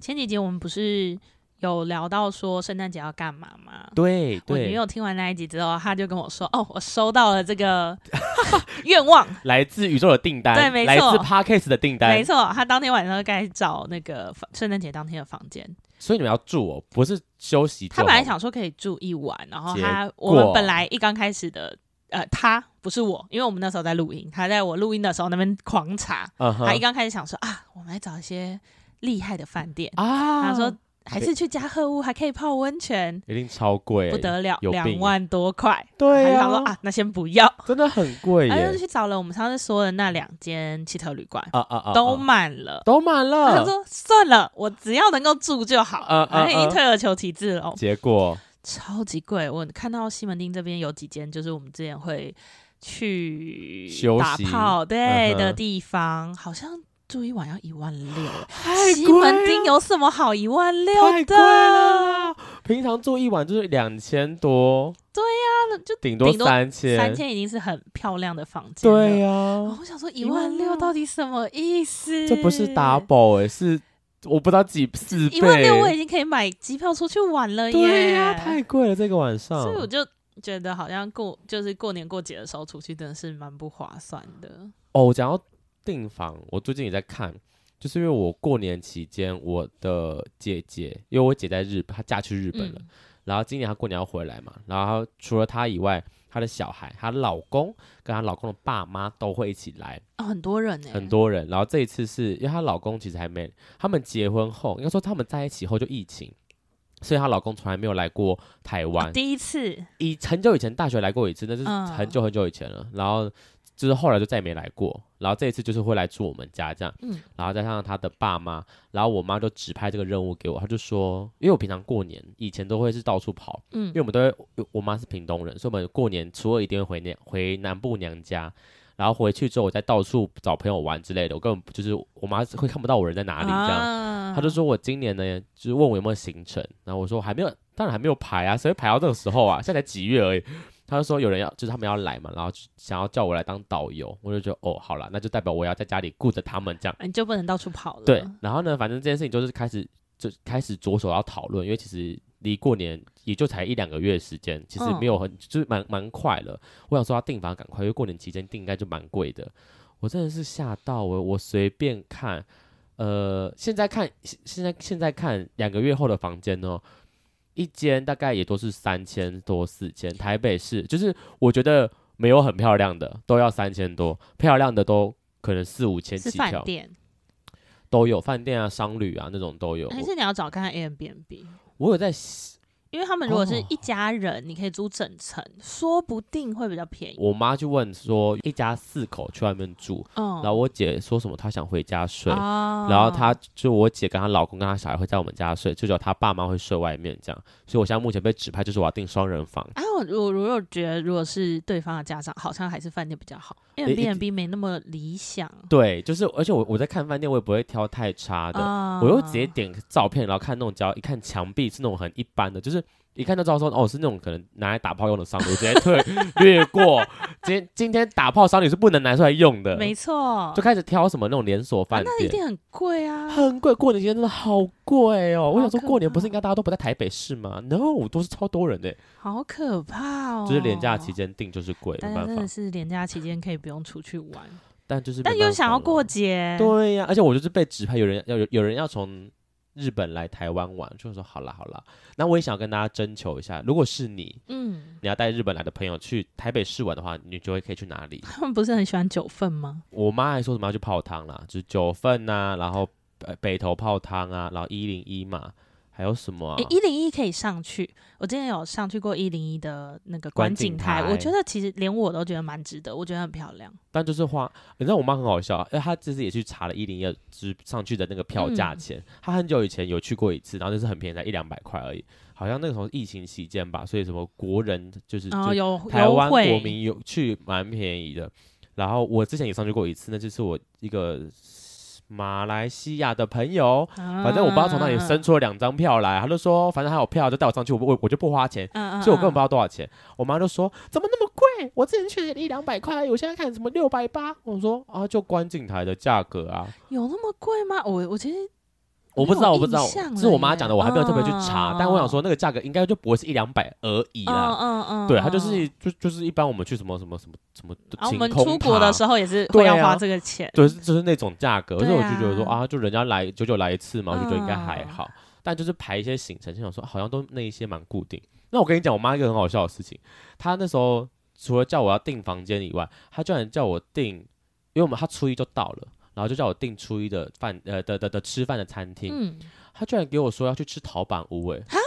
前几集我们不是有聊到说圣诞节要干嘛 吗？对我女对，友听完那一集之后，她就跟我说：“哦，我收到了这个 愿 望，来自宇宙的订单，对没来自错 Podcast 的订单没，错。”她当天晚上就开始找那个房圣诞节当天的房间。所以你们要住哦，不是休息就好。她本来想说可以住一晚，然后她果我们本来一刚开始的，呃，她不是我，因为我们那时候在录音，她在我录音的时候那边狂查，嗯她一哼，刚开始想说啊，我们来找一些厉害的饭店，啊她说还是去加贺屋，还可以泡温泉，一定超贵，不得了，有病两万多块。对还啊，想说啊，那先不要，真的很贵然后耶就，去找了我们上次说的那两间汽车旅馆，啊啊啊，都啊满了。都满他想了，说算了，我只要能够住就好，嗯嗯反正已经嗯退而求其次了，结果超级贵。我看到西门町这边有几间，就是我们之前会去休打息炮对、嗯哼的地方，好像住一晚要一万六。欸太西门町有什么好一万太六贵的？了啦，平常住一晚就是两千多，对呀、那就顶多顶多三千，三，千已经是很漂亮的房间了。对呀、啊哦我想说一万六16,000到底什么意思？这不是 double 哎、是我不知道几四倍，一万六我已经可以买机票出去玩了耶！对呀、太贵了这个晚上，所以我就觉得好像过就是过年过节的时候出去真的是蛮不划算的。哦，我讲到订房，我最近也在看，就是因为我过年期间，我的姐姐，因为我姐在日本，她嫁去日本了，嗯然后今年她过年要回来嘛，然后她除了她以外，她的小孩、她老公跟她老公的爸妈都会一起来，哦，很多人呢、很多人。然后这一次是因为她老公其实还没，他们结婚后，应该说他们在一起后就疫情。所以她老公从来没有来过台湾哦，第一次以很久以前大学来过一次，那就是嗯很久很久以前了。然后就是后来就再也没来过。然后这一次就是会来住我们家这样，嗯然后再加上他的爸妈，然后我妈就指派这个任务给我，她就说，因为我平常过年以前都会是到处跑，嗯因为我们都会，我妈是屏东人，所以我们过年初二一定会回娘回南部娘家。然后回去之后，我再到处找朋友玩之类的，我根本不就是我妈会看不到我人在哪里这样。啊他就说我今年呢，就是问我有没有行程，然后我说我还没有，当然还没有排啊，谁会排到这个时候啊？现在才几月而已。他就说有人要，就是他们要来嘛，然后就想要叫我来当导游，我就觉得哦，好了，那就代表我要在家里顾着他们这样。你就不能到处跑了。对，然后呢，反正这件事情就是开始就开始着手要讨论，因为其实离过年也就才一两个月的时间，其实没有很、就是蛮蛮快了。我想说要订房赶快，因为过年期间订应该就蛮贵的。我真的是吓到我，我随便看，呃，现在看现现在现在看两个月后的房间哦。一间大概也都是三千多四千，台北市就是我觉得没有很漂亮的都要三千多，漂亮的都可能四五千是起饭跳。店，都有，饭店啊、商旅啊那种都有。还我是你要找看看 Airbnb？我有在想，因为他们如果是哦一家人，你可以租整层，说不定会比较便宜。我妈就问说，一家四口去外面住，嗯，然后我姐说什么她想回家睡，啊然后她就我姐跟她老公跟她小孩会在我们家睡，就只有她爸妈会睡外面这样。所以我现在目前被指派就是我要订双人房，啊，我我我有觉得，如果是对方的家长，好像还是饭店比较好因为一定，Airbnb 没那么理想。对，就是而且我我在看饭店我也不会挑太差的，啊我又直接点照片，然后看那种，只要一看墙壁是那种很一般的，就是一看就知道说，哦，是那种可能拿来打炮用的商旅，我直接退略过。今今天打炮商旅是不能拿出来用的，没错，就开始挑什么那种连锁啊饭那一店，定很贵啊。很贵。过年期间真的好贵哦！我想说，好可过年不怕是应该大家都不在台北市吗？No，都是超多人的，好可怕哦！就是廉价期，间订就是贵，大没家办真的法。是廉价期间可以不用出去玩，但就是但没又办想法要了过节，对呀、而且我就是被指派，有人要有有人要从日本来台湾玩，就说好啦好啦。那我也想跟大家征求一下，如果是你，嗯，你要带日本来的朋友去台北市玩的话，你觉得可以去哪里？他们不是很喜欢九份吗？我妈还说什么要去泡汤啦，就是九份呐、然后北北投泡汤啊，然后一零一嘛，还有什么、啊？诶一零一可以上去，我之前有上去过一零一的那个观观景景台，台我觉得其实连我都觉得蛮值得，我觉得很漂亮。但就是花，你知道我妈很好笑啊，因为她这次也去查了一零一，就是上去的那个票价嗯钱。她很久以前有去过一次，然后就是很便宜，才一两百块而已。好像那个时候疫情期间吧，所以什么国人就是、然后就哦有台湾优惠国民有去蛮便宜的。然后我之前也上去过一次，那就是我一个马来西亚的朋友，反反正我不知道从哪里生出，出了两张票来，他就说反正还有票，就带我上去，我不我我就不花钱。嗯嗯，所以我根本不嗯知道多少钱。我妈就说：“怎么那么贵？我之前去的一两百块而已，我现在看什么六百八。”我说：“啊，就观景台的价格啊。有那么贵吗？我我其实我不知道，我不知道印象，了是我妈讲的，耶我还没有特别去查嗯。但我想说，那个价格应该就不会是一两百而已嗯啦。嗯嗯，啊对，嗯它就是就就是一般我们去什么什么什么什么然后我晴们空出国的塔时候也是会要对啊花这个钱，对，是就是那种价格，所以我就对啊觉得说啊，就人家来久久来一次嘛，我就觉得应该还嗯好。但就是排一些行程，心想说好像都那一些蛮固定。那我跟你讲，我妈一个很好笑的事情，她那时候除了叫我要订房间以外，她居然叫我订，因为我们她初一就到了，然后就叫我订初一的饭呃的的的吃饭的餐厅，嗯，她居然给我说要去吃陶板屋、欸，哎，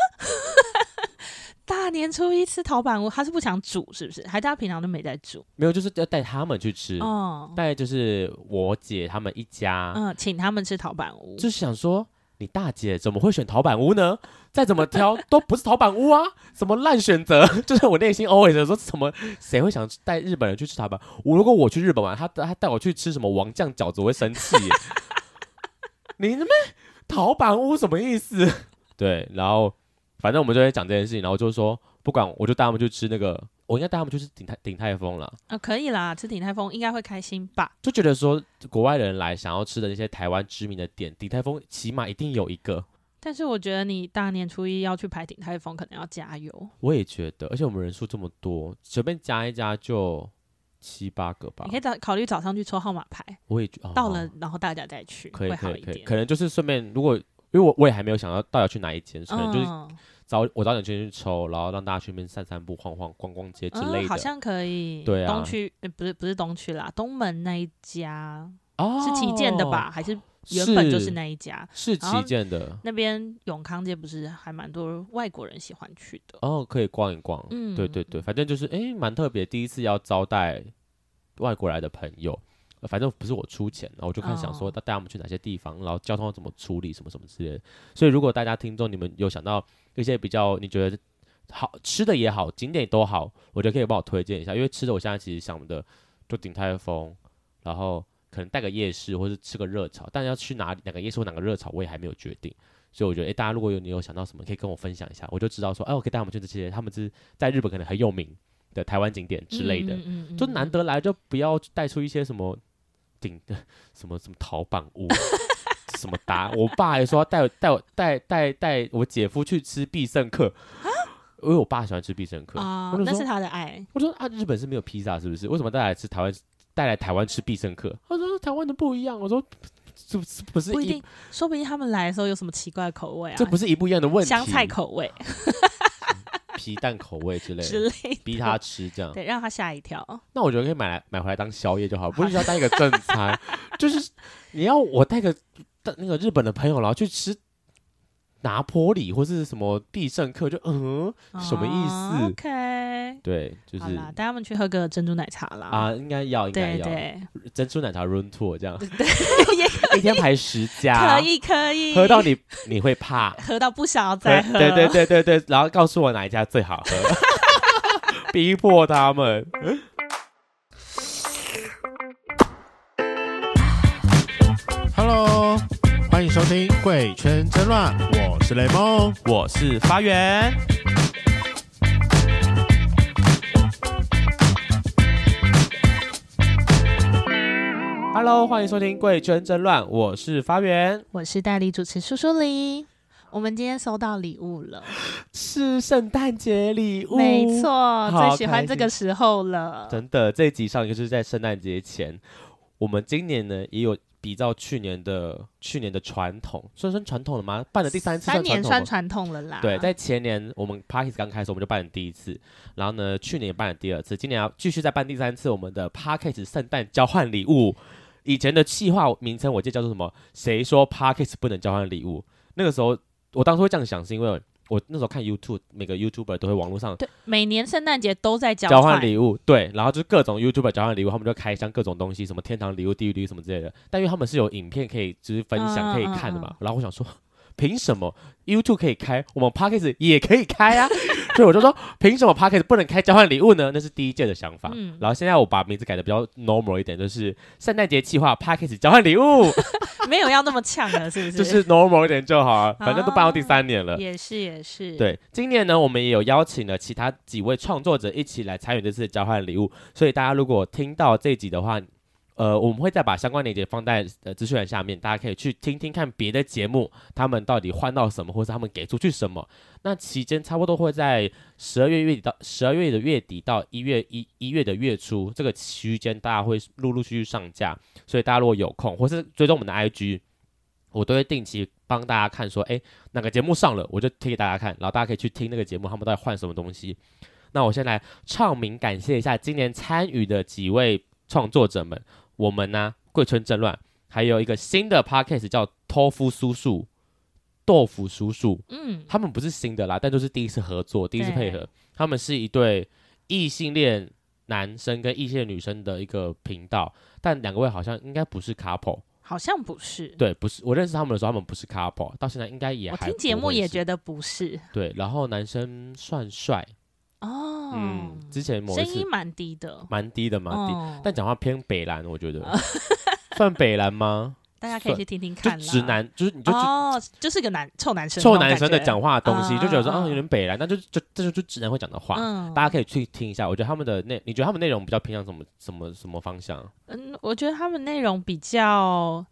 大年初一吃陶板屋，他是不想煮是不是？还是他平常都没在煮？没有，就是要带他们去吃，哦，带就是我姐他们一家，嗯，请他们吃陶板屋，就是想说，你大姐怎么会选陶板屋呢？再怎么挑都不是陶板屋啊，什么烂选择？ 就是我内心 always 说，怎么谁会想带日本人去吃陶板？我如果我去日本玩，他他带我去吃什么王酱饺子，我会生气耶。 你那边陶板屋什么意思？ 对，然后反正我们就在讲这件事情，然后就说不管，我就带他们去吃那个，我应该带他们去吃鼎泰鼎泰丰了。啊，可以啦，吃鼎泰丰应该会开心吧？就觉得说，国外人来想要吃的那些台湾知名的店，鼎泰丰起码一定有一个。但是我觉得你大年初一要去排鼎泰丰，可能要加油。我也觉得，而且我们人数这么多，随便加一加就七八个吧你可。以早考虑早上去抽号码牌，我也觉得、哦到了然后大家再去，可以会可好以一可以，点。可能就是顺便，如果因为我我也还没有想到到底要去哪一间，可能就是嗯早我早点先去抽，然后让大家去那边散散步、晃晃、逛逛街之嗯，类的。好像可以。对啊东区、呃不是不是东区啦，东门那一家哦是旗舰的吧？？还是原本就是那一家？是然后旗舰的那边永康街不是还蛮多外国人喜欢去的？哦，可以逛一逛。嗯对对对，反正就是诶，蛮特别，第一次要招待外国来的朋友。呃反正不是我出钱，然后我就看想说，哦带带他们去哪些地方，然后交通要怎么处理，什么什么之类的。所以，如果大家听众你们有想到一些比较你觉得好吃的也好，景点都好，我觉得可以帮我推荐一下，因为吃的我现在其实想的就鼎泰丰，然后可能带个夜市或是吃个热炒，但要去哪里哪个夜市或哪个热炒，我也还没有决定。所以我觉得，诶，大家如果有你有想到什么，可以跟我分享一下，我就知道说，哎、我可以带他们去这些，他们是在日本可能很有名的台湾景点之类的，嗯，嗯嗯就难得来就不要带出一些什么顶什么什么陶板屋。什么答？我爸还说要带我带我带带带我姐夫去吃必胜客，因为我爸喜欢吃必胜客啊我，就那说是他的爱。我说啊，日本是没有披萨是不是？为什么带来吃台湾带来台湾吃必胜客？他说台湾的不一样。我说这不是不是不一定，说不定他们来的时候有什么奇怪的口味啊，这不是一不一样的问题，香菜口味啊皮蛋口味之类之的，类的，逼他吃这样。对，让他吓一跳。那我觉得可以买来买回来当宵夜就好，不是要当一个正餐，就是你要我带个带那个日本的朋友，然后去吃拿坡里或是什么必胜客，就嗯，什么意思哦？OK，对，就好是啦，带他们去喝个珍珠奶茶啦。啊，应该要应该对要对， 珍珠奶茶 run tour 这样， 也一天排十家，可以可以，，啊喝到你你会怕喝到不想要对再喝。对对对对对，然后告诉我哪一家最好喝， 逼迫他们。 Hello，欢迎收听《贵圈争乱》，我是雷梦。我是发源，Hello，欢迎收听《贵圈争乱》，我是发源，我是代理主持叔叔林。我们今天收到礼物了，是圣诞节礼物，没。错，哦好最喜欢这个时候了。真的，这一集上就是在圣诞节前。我们今年呢也有比照去年的去年的传统，算算传统了吗？办了第三次三算年传统算吗？传统了啦。对，在前年我们 Parkes 刚开始，我们就办了第一次，然后呢，去年也办了第二次，今年要继续再办第三次我们的 Parkes 圣诞交换礼物。以前的企划名称我记得叫做什么？谁说 Parkes 不能交换礼物？那个时候我当初会这样想，是因为我那时候看 YouTube，每个 YouTuber 都会网络上对，每年圣诞节都在交交换礼物，对，然后就是各种 YouTuber 交换礼物，他们就开箱各种东西，什么天堂礼物、地狱礼物什么之类的。但因为他们是有影片可以就是分享、嗯可以看的嘛，嗯然后我想说，凭什么 YouTube 可以开，我们 Podcast 也可以开啊？ 所以我就说，凭什么 Podcast 不能开交换礼物呢？那是第一届的想法。嗯然后现在我把名字改的比较 normal 一点，就是圣诞节计划 Podcast 交换礼物，没有要那么呛了，是不是？ 就是 normal 一点就好啊，反正都办到第三年了。也是也是，，对，今年呢，我们也有邀请了其他几位创作者一起来参与这次的交换礼物，所以大家如果听到这集的话，呃，我们会再把相关链接放在呃资讯栏下面，大家可以去听听看别的节目，他们到底换到什么，或是他们给出去什么。那期间差不多会在十二月月底到十二月的月底到一月一一月的月初这个区间，大家会陆陆续续上架，所以大家如果有空或是追踪我们的 IG，我都会定期帮大家看说，诶，哪个节目上了，我就推给大家看，然后大家可以去听那个节目，他们到底换什么东西。那我先来唱名感谢一下今年参与的几位创作者们，我们呢、贵村争乱，还有一个新嗯的 podcast 叫托夫叔叔，豆腐叔叔，嗯，他们不是新的啦，但就是第一次合作，第一次配合对。他们是一对异性恋男生跟异性恋女生的一个频道，但两位好像应该不是 couple。好像不是。对，不是我认识他们的时候，他们不是 couple，到现在应该也我还听节目也觉得得不是对。然后男生算帅，哦，嗯，之前某一声次音蛮低的，蛮低的，蛮低，哦但讲话偏北蓝，我觉得 算北蓝吗？大家可以去听听就看啦。直男，就是你就直哦，就是个男臭男生，臭男生的讲，话的东西，嗯就觉得说嗯啊嗯有点北蓝，那就就这就就直男会讲的话，嗯大家可以去听一下。我觉得他们的内，你觉得他们内容比较偏向什么什么什么方向？嗯，我觉得他们内容比较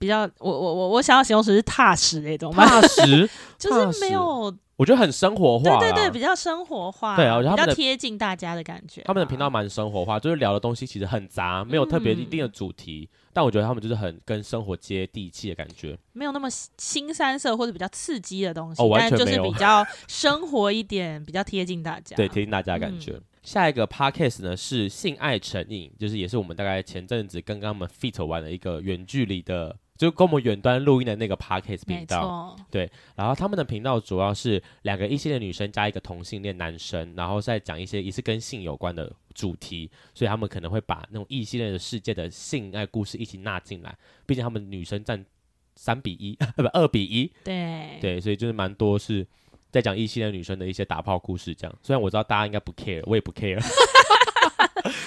比较，我我我我想要形容词是踏实那种吧，踏实，就是没有，我觉得很生活化对啦。对对，比较生活化，对啊我觉得他比们的较贴近大家的感觉。他们的频道蛮生活化，就是聊的东西其实很杂，没有特别一定的嗯主题，但我觉得他们就是很跟生活接地气的感觉。没有那么新新三色或者比较刺激的东西，哦完但全就是没有比较生活一点，比较贴近大家。 对，贴近大家的感觉。嗯下一个 podcast 呢是性爱成瘾，就是也是我们大概前阵子刚刚我们 fit 完的一个远距离的，就跟我们远端录音的那个 podcast 频没道。错，然后他们的频道主要是两个异性恋女生加一个同性恋男生，然后再讲一些也是跟性有关的主题，所以他们可能会把那种异性恋的世界的性爱故事一起纳进来，毕竟他们女生占三比一， 呃不二比一，对对，所以就是蛮多是在讲异性恋女生的一些打炮故事，这样。虽然我知道大家应该不 care，我也嗯不 care。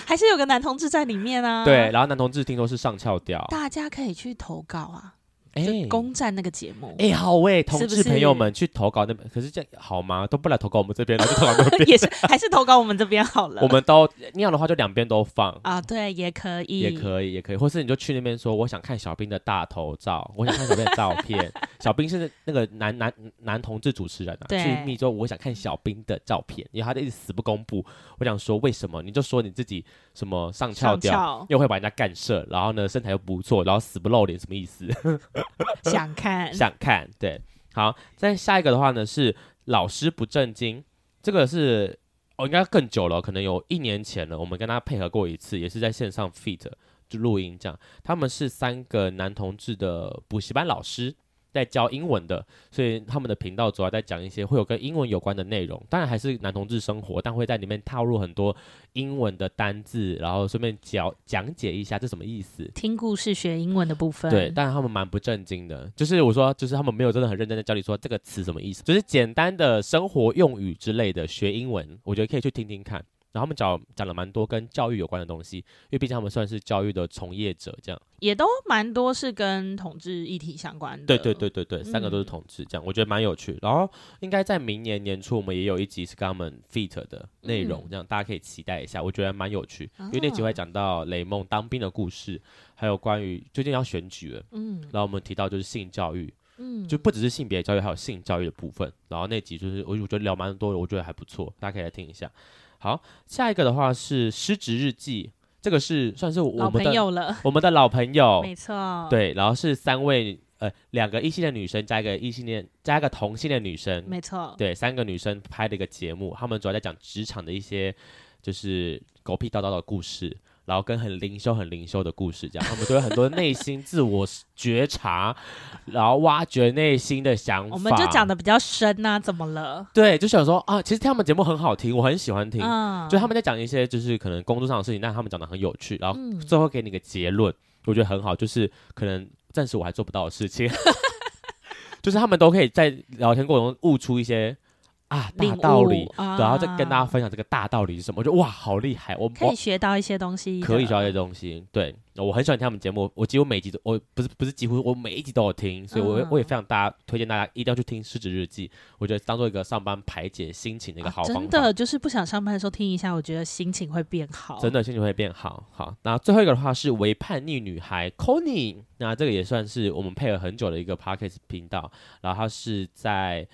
还是有个男同志在里面啊。 对，，然后男同志听说是上翘调，大家可以去投稿啊，哎就攻占那个节目，哎、好喂、同是不志朋友是们去投稿那边，可是这样好吗？都不来投稿我们这边，然后就投稿 那边。也是还是投稿我们这边好了。我们都那样的话，就两边都放。啊，对，也可以，也可以，也可以，或是你就去那边说，我想看小兵的大头照，我想看小兵的照 片。小兵是那个男男男同志主持人啊，对去密州，我想看小兵的照片，因为他就一直死不公布。我想说为什么？你就说你自己什么上翘上掉，翘，又会把人家干射，然后呢身材又不错，然后死不露脸，什么意思？ 想看，想看，对，好，再下一个的话呢是老师不正经，这个是哦，应该更久了，可能有一年前了，我们跟他配合过一次，也是在线上 feed 就录音这样。他们是三个男同志的补习班老师。在教英文的，所以他们的频道主要在讲一些会有跟英文有关的内容，当然还是男同志生活，但会在里面套入很多英文的单字，然后顺便讲讲解一下这什么意思，听故事学英文的部分，对，但他们蛮不正经的，就是我说，就是他们没有真的很认真的教你说这个词什么意思，就是简单的生活用语之类的学英文，我觉得可以去听听看。然后他们讲讲了蛮多跟教育有关的东西，因为毕竟他们算是教育的从业者，这样。也都蛮多是跟统治议题相关的，对对对对对，三个都是嗯同志，这样我觉得蛮有趣。然后应该在明年年初，我们也有一集是跟他们 feat 的内容嗯，这样大家可以期待一下，我觉得蛮有趣，啊因为那集会讲到雷梦当兵的故事，还有关于最近要选举了，嗯然后我们提到就是性教育。嗯，就不只是性别教育，还有性教育的部分。然后那集就是我我觉得聊蛮多的，我觉得还不错，大家可以来听一下。好，下一个的话是失职日记，这个是算是我老们朋的友了，我们的老朋友，没错，，对，然后是三位呃两个异性恋女生加一个异性恋加一个同性恋女生，没错，对，三个女生拍的一个节目，她们主要在讲职场的一些就是狗屁叨叨的故事，然后跟很灵修、很灵修的故事，这样她们都有很多内心自我觉察，然后挖掘内心的想法。我们就讲的比较深呐，怎么了？对，就想说啊，其实听他们节目很好听，我很喜欢听。嗯，就他们在讲一些就是可能工作上的事情，但他们讲的很有趣，然后嗯最后给你个结论，我觉得很好，就是可能暂时我还 做不到的事情，就是他们都可以在聊天过程中悟出一些啊，领大道悟理，啊然后再跟大家分享这个大道理是什么，我就哇，好厉害！我啊可我以啊学到一些东西的，可以学到一些东西。对，我很喜欢听他们节目，我几乎每集都，我不是不是几乎，我每一集都有听，所以我也、嗯我也非常大家推荐大家一定要去听《失职日记》，我觉得当做一个上班排解心情的一个啊好方法。真的就是不想上班的时候听一下，我觉得心情会变好。真的心情会变好。好，那最后一个的话是为叛逆女孩 c o n y 那这个也算是我们配合很久的一个 podcast 频道，然后它是在。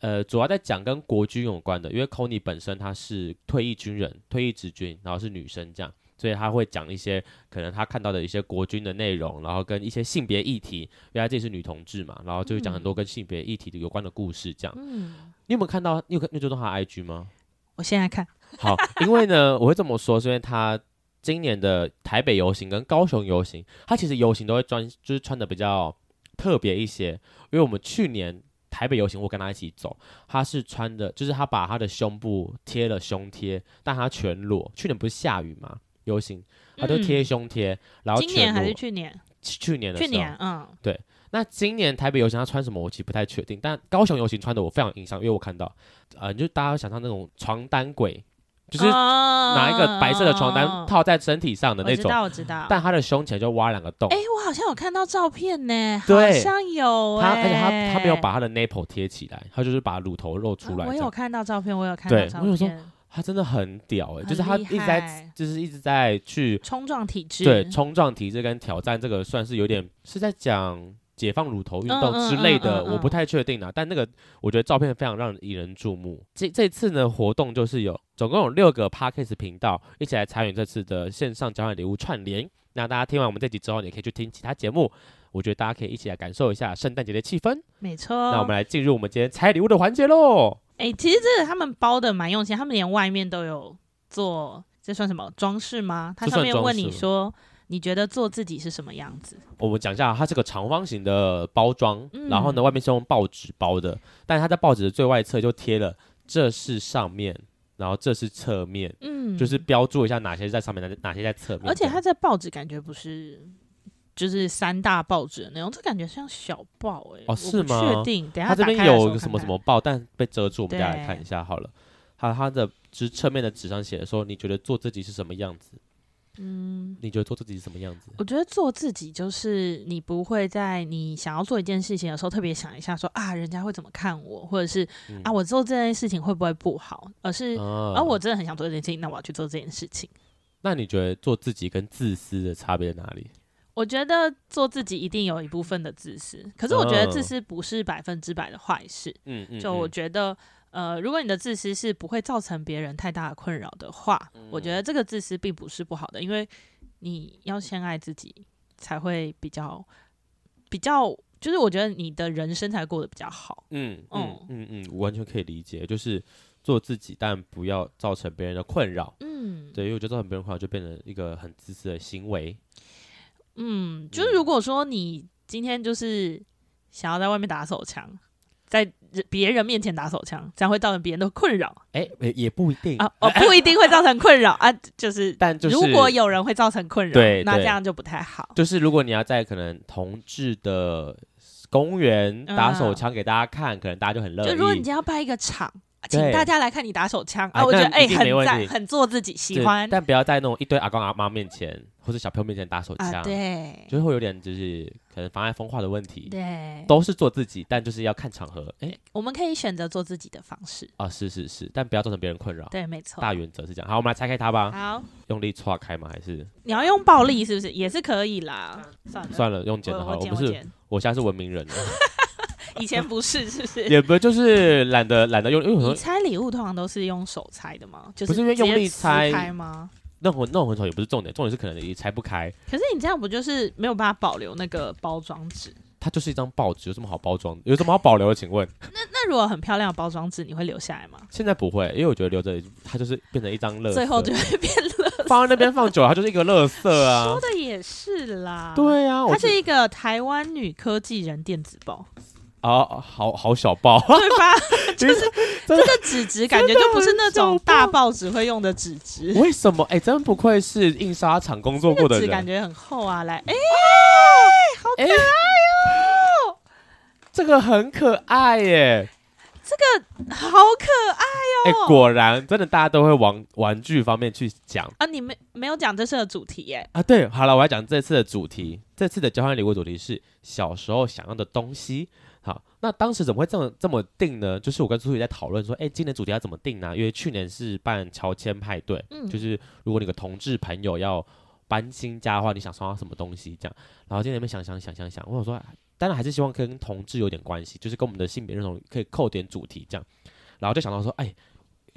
呃，主要在讲跟国军有关的，因为 c o n y 本身她是退役军人，退役职军，然后是女生这样，所以她会讲一些可能她看到的一些国军的内容，然后跟一些性别议题，因为她自己是女同志嘛，然后就会讲很多跟性别议题的有关的故事这样。嗯，你有没有看到？你有看你有追踪她的 IG 吗？我现在看，好，因为呢，我会这么说，是因为他今年的台北游行跟高雄游行，他其实游行都会穿，就是穿的比较特别一些。因为我们去年台北游行，我跟他一起走，他是穿的，就是他把他的胸部贴了胸贴，但他全裸。去年不是下雨嘛，游行他就贴胸贴，然后嗯今年全还是裸。去年？去去年的哦时去候年，嗯，那今年台北游行他穿什么，我其实不太确定。但高雄游行穿的我非常有印象，因为我看到，呃，你就大家想象那种床单鬼，哦就是拿拿一个白色的床单套在身体上的那啊哦我知种，道，我知道。但他的胸前就挖两个洞。哎，我好像有看到照片呢，好哦对像有他哎，而且他他没有把他的 nipple 贴起来，他就是把乳头露出来啊我这有样。看到照片，我有看到对照我有说片，他真的很屌哎、很就是他一直厉在害，就是一直在去冲撞体质，对冲撞体制跟挑战，这个算是有点是在讲解放乳头运动之类嗯嗯的，嗯嗯嗯我不太确定啊。但那个我觉得照片非常让引人注目。这这次呢活动就是有总共有六个 podcast 频道一起来参与这次的线上交换礼物串联。那大家听完我们这集之后，你也可以去听其他节目。我觉得大家可以一起来感受一下圣诞节的气氛。没错。那我们来进入我们今天拆礼物的环节喽。哎、其实这个他们包的蛮用心，他们连外面都有做，这算什么装饰吗？它这上算面装问饰你吗说，你觉得做自己是什么样子？我们讲一下，它是个长方形的包装，嗯然后呢，外面是用报纸包的，但它在报纸的最外侧就贴了这是上面，然后这是侧面，嗯，就是，标注一下哪些在上面，哪哪些在侧面。而且它它这报纸感觉不是。就是三大报纸的那种，这感觉像小报哎、哦我是不吗确定，等一下它这打边开的时候有一个什么看什看么报，但被遮住，我们大家来对看一下好了。它它的就是侧面的纸上写的说，你觉得做自己是什么样子？嗯，你觉得做自己是什么样子？我觉得做自己就是你不会在你想要做一件事情的时候特别想一下说啊，人家会怎么看我，或者是、嗯啊，我做这件事情会不会不好，而是、啊啊，我真的很想做这件事情，那我要去做这件事情。那你觉得做自己跟自私的差别在哪里？我觉得做自己一定有一部分的自私，可是我觉得嗯自私不是百分之百的坏事。嗯嗯就我觉得，呃，如果你的自私是不会造成别人太大的困扰的话，我觉得嗯这个自私并不是不好的，因为你要先爱自己，才会比较比较，就是我觉得你的人生才过得比较好。嗯嗯嗯嗯嗯，我完全可以理解，就是做自己，但不要造成别人的困扰。嗯，对，因为我觉得造成别人困扰就变成一个很自私的行为。嗯，就是如果说你今天就是想要在外面打手枪，在人别人面前打手枪，这样会造成别人的困扰。哎、也也不一定啊，哦，不一定会造成困扰啊，就是但就是如果有人会造成困扰，对那对这样就不太好。就是如果你要在可能同志的公园打手嗯枪给大家看，可能大家就很乐意。就如果你今天要办一个场，啊请对大家来看你打手枪哎啊，我觉得那一哎定没问很题赞，很做自己，喜对欢但不要在那种一堆阿公阿妈面前或者小朋友面前打手枪，啊，对就是会有点就是可能妨碍风化的问题。对，都是做自己，但就是要看场合。哎、我们可以选择做自己的方式，啊，是是是，但不要造成别人困扰。对，没错。大原则是这样。好，我们来拆开它吧。好，用力戳开吗？还是你要用暴力是不是也是可以啦？算了，算了，用剪的我好了。我我剪们我是，剪，我现在是文 明人了，以前不是是不是？也不就是懒得懒得用，因为我你说拆礼物通常都是用手拆的吗？就不是因为直接用力撕拆开吗？弄很弄很丑也不是重点，重点是可能也拆不开，可是你这样不就是没有办法保留那个包装纸？它就是一张报纸，有什么好包装的？有什么好保留的？请问那如果很漂亮的包装纸，你会留下来吗？现在不会，因为我觉得留着它就是变成一张乐色，最后就会变乐。 放在那边放久了，它就是一个乐 色啊说。的也是啦，，对啊，我它是一个台湾女科技人电子报，啊，好好小 报，对 吧？就是这个纸质感觉就不是那种大报纸会用的纸质，为什么？哎，真不愧是印刷厂工作过的纸人，哎感觉很厚啊。来，哎、哦哎，这个很可爱耶。好可爱哎、果然真的大家都会往玩具方面去讲啊！你没没有讲这次的主题耶？啊。对，好了，我要讲这次的主题，这次的交换礼物主题是小时候想要的东西。好，那当时怎么会这么这么定呢？就是我跟苏雨在讨论说，哎、今年主题要怎么定呢、因为去年是办乔迁派对，嗯，就是如果你有个同志朋友要搬新家的话，你想送他什么东西这样？然后今天面想想想想想，我想说，当然还是希望跟同志有点关系，就是跟我们的性别认同可以扣点主题这样。然后就想到说，哎，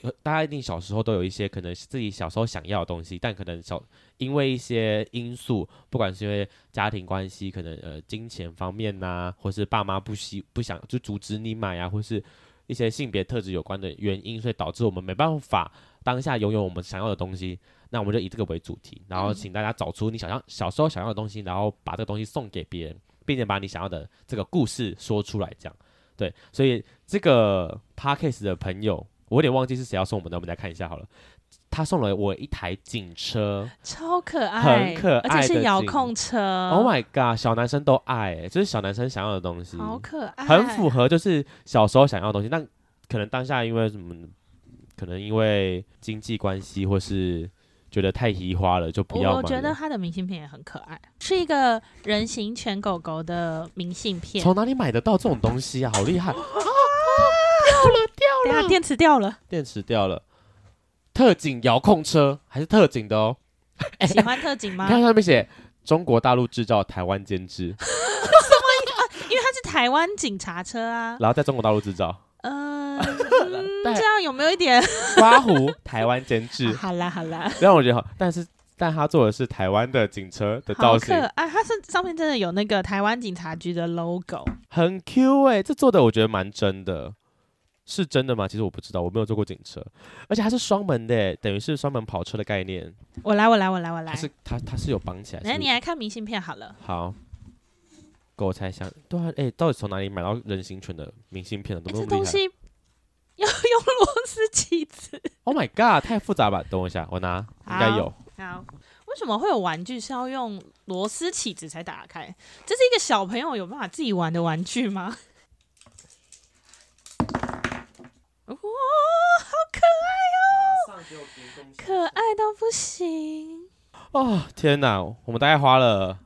呃大家一定小时候都有一些可能是自己小时候想要的东西，但可能小因为一些因素，不管是因为家庭关系，可能呃金钱方面呐、或是爸妈不希不想就阻止你买啊，或是一些性别特质有关的原因，所以导致我们没办法当下拥有我们想要的东西。那我们就以这个为主题，然后请大家找出你想要小时候想要的东西，然后把这个东西送给别人，并且把你想要的这个故事说出来，这样。对，所以这个 podcast 的朋友，我有点忘记是谁要送我们的，我们来看一下好了。他送了我一台警车、超可爱，很可而爱且是的遥景控车。 o h Oh my god，小男生都爱、欸，这是小男生想要的东西，好可爱，很符合就是小时候想要的东西。但可能当下因为什么，可能因为经济关系，或是觉得太移花了，就不要买我觉了得它的明信片也很可爱，是一个人形犬狗狗的明信片。从哪里买得到这种东西啊？好厉害！等一下电池掉 了，电池掉了，特警遥控车还是特警的哦。喜欢特警你吗？看上面写中国大陆制造，台湾监制，因为它是台湾警察车啊。然后在中国大陆制造。 嗯，但这样有没有一点？刮胡，台湾监 啊制，好啦好啦，让我觉得好。但是，但他做的是台湾的警车的好造可型，爱。它是上面真的有那个台湾警察局的 logo。很 Q 哎、这做的我觉得蛮真的。是真的吗？其实我不知道，我没有坐过警车，而且它是双门的欸，等于是双门跑车的概念。我来我来我来我来它，是它它是有绑起来。那是不你是来看明信片好了。好，给我猜一下，对啊，哎、到底从哪里买到人形犬的明信片的？啊诶怎么哎这那么东厉害西 要用螺丝起子。 ？Oh my god，太复杂吧？等我一下，我拿，应该有。好，为什么会有玩具是要用螺丝起子才打开？这是一个小朋友有办法自己玩的玩具吗？哇、好可可爱到不行！哦，天哪，我们大概花了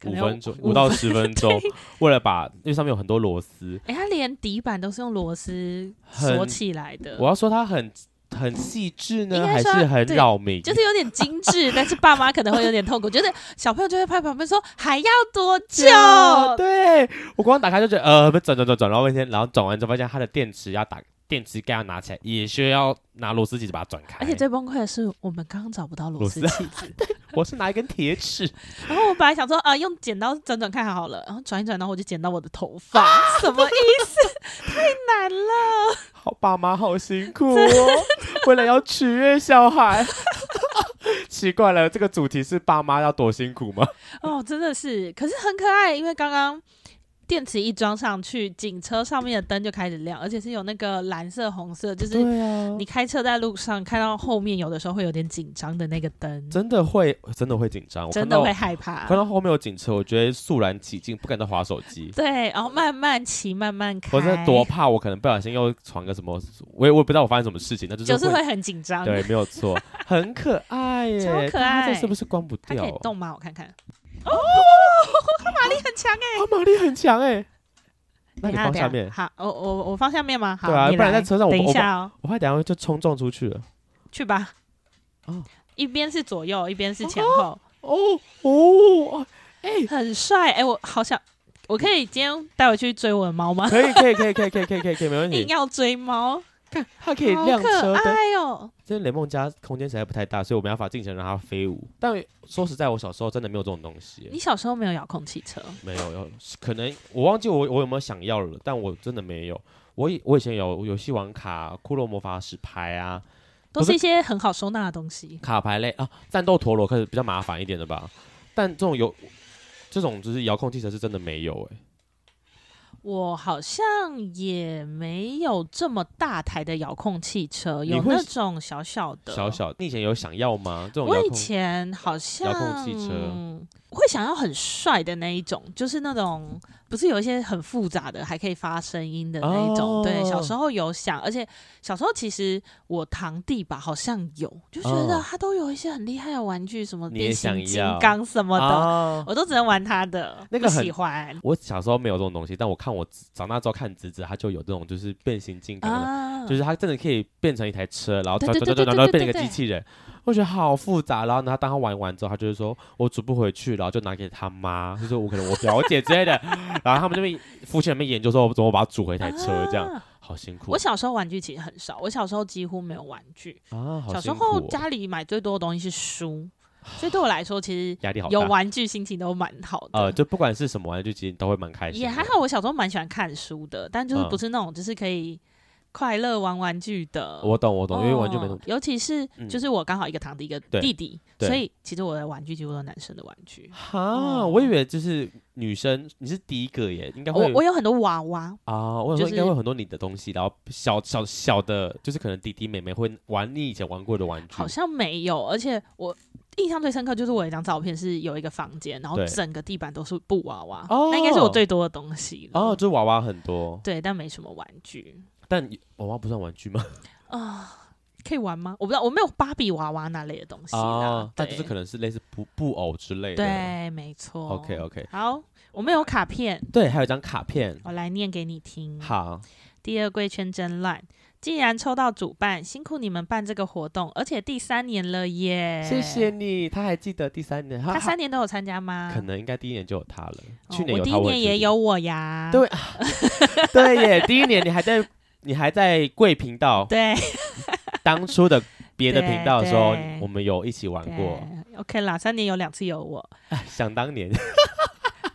可五能分钟，五五到十分钟，为了把，因为上面有很多螺丝。哎、它连底板都是用螺丝很锁起来的我，要说它很很细致应呢，该还说是很对扰民？就是有点精致，但是爸妈可能会有点痛苦，就是小朋友就会拍旁边说还要多久？啊哦对我光打开就觉得呃，不转转转转，然后半天，然后转完之后发现它的电池要打，电池盖要拿起来，也需要拿螺丝起子把它转开。而且最崩溃的是，我们刚刚找不到螺螺丝丝起 子，我是拿一根 铁尺，然后我本来想说啊、用剪刀转转看好了，然后转一转，然后我就剪到我的头发，啊什么意思？太难了，好爸妈好辛苦哦，为了要取悦小孩。 奇怪了，这个主题是爸妈要多辛苦吗？哦，真的是，可是很可爱，因为刚刚。电池一装上去，警车上面的灯就开始亮，而且是有那个蓝色、红色， 就是啊你开车在路上看到后面，有的时候会有点紧张的那个灯，真的会，真的会紧张。我看真的到会害看怕。到后面有警车，我觉得肃然起敬，不敢再划手机。对，然后慢慢骑，慢慢开，我真的多怕，我可能不小心又闯个什么，我也我也不知道我发生什么事情，那就是就是会会很紧张。对，没有错， 很可爱耶，超可它爱这是不是关不它掉可以啊？动吗？我看看。哦，它马力很强哎。它马力很强哎，那等你一放等下一面，好，我我我放下面吗？好，对啊你不然来在车上我等一我下哦，我怕等一下就冲撞出去了。去吧。哦一边是左右，一边是前后，哦哦，很帅。哎，我好想，我可以今天带回去追我的猫吗？可以可以可以可以可以可以可以可以，没问 硬题。要追猫，它可以哎好亮可车灯。爱哦！这雷梦家空间实在不太大，所以我没办法尽情让它飞舞。但说实在，我小时候真的没有这种东西耶你，小时候没有遥控汽车，没有有，可能我忘记我我有没有想要了，但我真的没有。我以我以前有游戏王卡、骷髅魔法使牌啊，都不是是一些很好收纳的东西。卡牌类啊，战斗陀螺可能比较麻烦一点的吧。但这种有这种就是遥控汽车是真的没有哎、我好像也没有这么大台的遥控汽车，你有会那种小小的。小小，你以前有想要吗？这种遥我以控前好像遥控汽车嗯会想要很帅的那一种，就是那种不是有一些很复杂的，还可以发声音的那一种。哦对，小时候有想，而且小时候其实我堂弟吧好像有，就觉得哦他都有一些很厉害的玩具，什么你也变形想金要刚什么的，哦我都只能玩他的，那个不很喜欢我小时候没有这种东西，但我看我侄长大之后看侄子，他就有这种就是变形金刚的，啊，就是他真的可以变成一台车，然后对转对转对转转，对然对后变成一个对机对器人，我觉得好复杂。然后呢，他当他玩完之后，他就是说我煮不回去，然后就拿给他妈，就说我可能我表姐之类的， 然后他们这边夫妻那边研究说我怎么把它煮回一台车，这样啊好辛苦我小时候玩具其实很少，我小时候几乎没有玩具。啊，好小时辛候苦哦家里买最多的东西是 书，所以对我来说，其实压力好有大。玩具心情都蛮好的。呃，就不管是什么玩具，其实都会蛮开心的。也还好，我小时候蛮喜欢看书的，但就是嗯不是那种就是可以快乐玩玩具的。我懂，我懂，因为完全没嗯懂。尤其是嗯就是我刚好一个堂弟一个对弟弟，对所以其实我的玩具几乎都是男生的玩具。哈，嗯我以为就是女生，你是第一个耶，应该会我我有很多娃娃，啊，我想就说是应该会有很多你的东西，然后小小小的，就是可能弟弟妹妹会玩你以前玩过的玩具，好像没有，而且我印象最深刻就是我有一张照片是有一个房间，然后对整个地板都是布娃娃，哦那应该是我最多的东西了。哦，就是娃娃很多，对，但没什么玩具但娃娃不算玩具 吗？啊、可以玩吗？我不知道，我没有芭比娃娃那类的东西啦。啊，但对就是可能是类似布布偶之类的。对，没错。 ，OK OK，好，我们有卡片，对，还有一张卡片，我来念给你听。，好，第二贵圈真乱，竟然抽到主办，辛苦你们办这个活动，而且第三年了耶！谢谢。你，他还记得第三年，他三年都有参加吗？可能应该第一年就有他了，啊哦去年我有第他一我年也也去有我呀。对 对耶，第一年你还在你还在贵频道， 对当初的别的频道的时候对，我们有一起玩过。对，OK 啦，三年有两次有我。 想当年，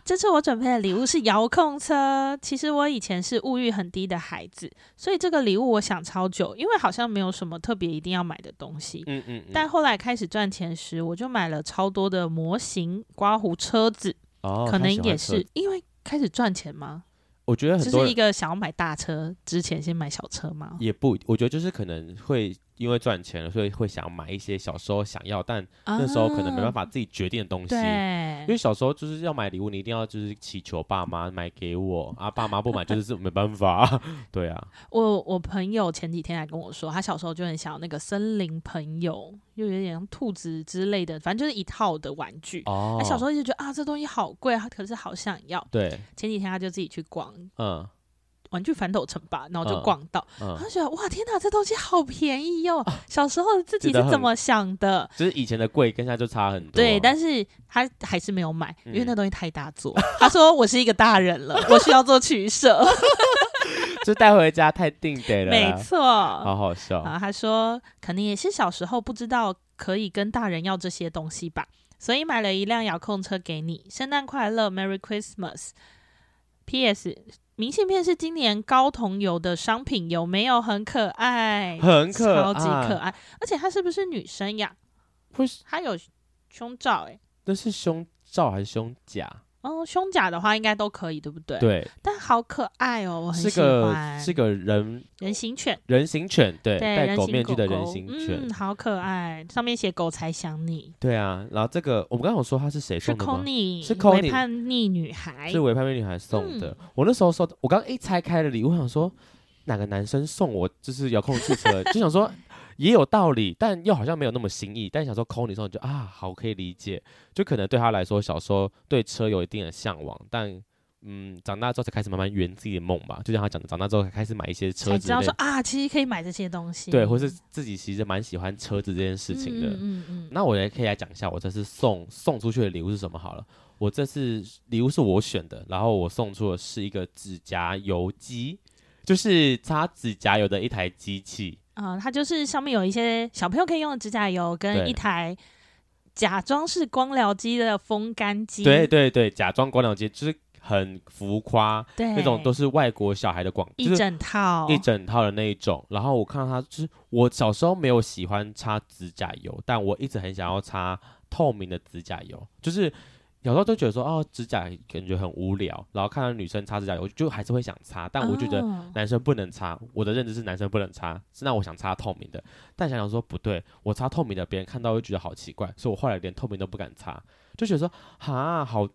这次我准备的礼物是遥控车。其实我以前是物欲很低的孩子，所以这个礼物我想超久，因为好像没有什么特别一定要买的东西。嗯嗯，嗯但后来开始赚钱时，我就买了超多的模型、刮胡车子，哦可他能喜欢也车是因为开始赚钱嘛，我觉得就很多是一人个想要买大车之前先买小车嘛。也不，我觉得就是可能会因为赚钱了，所以会想买一些小时候想要，但那时候可能没办法。法自己决定的东西。因啊哦对为，小时候就是要买礼物，你一定要就是祈求爸妈买给我啊，爸妈不买就是没办法。 对啊，我我朋友前几天还跟我说，他小时候就很想要那个森林朋友，又有点像兔子之类的，反正就是一套的玩具。哦他，小时候一直觉得啊，这东西好贵，啊，可是好想要。对，前几天他就自己去逛嗯玩具反斗城吧，然后就嗯逛到，嗯他，就觉得哇，天哪，这东西好便宜哟、小时候自己啊觉得是很怎么想的？就是以前的贵跟现在就差很多。对，但是他还是没有买，因为嗯那东西太大做。他说：“我是一个大人了，我需要做取舍。 就带回家太定得”了啦，没错。好好笑。啊，他说：“可能也是小时候不知道可以跟大人要这些东西吧，所以买了一辆遥控车给你。圣诞快乐，Merry Christmas。”P.S. 明信片是今年高桐油的商品，有没有很可爱？很可超啊级可爱。爱。而且她是不是女生呀？会是她有胸罩哎、那是胸罩还是胸甲？哦，胸甲的话应该都可以，对不对？。对，但好可爱哦，我很是喜个欢。是个人人形犬，人形犬，对，戴人狗形面具的狗人狗形犬嗯，。好可爱。上面写“狗才想你对啊，然后这个我们刚刚有说它是谁”，是送的吗？ Connie，是 Connie 伪叛逆女孩是。维派妹女孩送的。嗯我那时候收到，我刚一拆开了礼物，我想说哪个男生送我就是遥控汽车， 就想说也有道理，但又好像没有那么新意。但想说 Connie 送就啊，好可以理解，就可能对他来说，小时候对车有一定的向往，但。嗯，长大之后才开始慢慢圆自己的梦吧，就像他讲的，长大之后才开始买一些车才知子类道说的，啊，其实可以买这些东西。对，或是自己其实蛮喜欢车子这件事情的。嗯嗯嗯嗯那我也可以来讲一下，我这次送送出去的礼物是什么好了。我这次礼物是我选的，然后我送出的是一个指甲油机，就是擦指甲油的一台机器。啊、它就是上面有一些小朋友可以用的指甲油，跟对一台假装是光疗机的风干机。对对对，假装光疗机就是很浮夸，对，那种都是外国小孩的广，一就是整套，一整套的那一种。然后我看到它，就是我小时候没有喜欢擦指甲油，但我一直很想要擦透明的指甲油，就是有时候都觉得说哦，指甲感觉很无聊，然后看到女生擦指甲油，就还是会想擦，但我就觉得哦男生不能擦，我的认知是男生不能擦，是那我想擦透明的，但想想说不对，我擦透明的，别人看到会觉得好奇怪，所以我后来连透明都不敢擦，就觉得说哈，好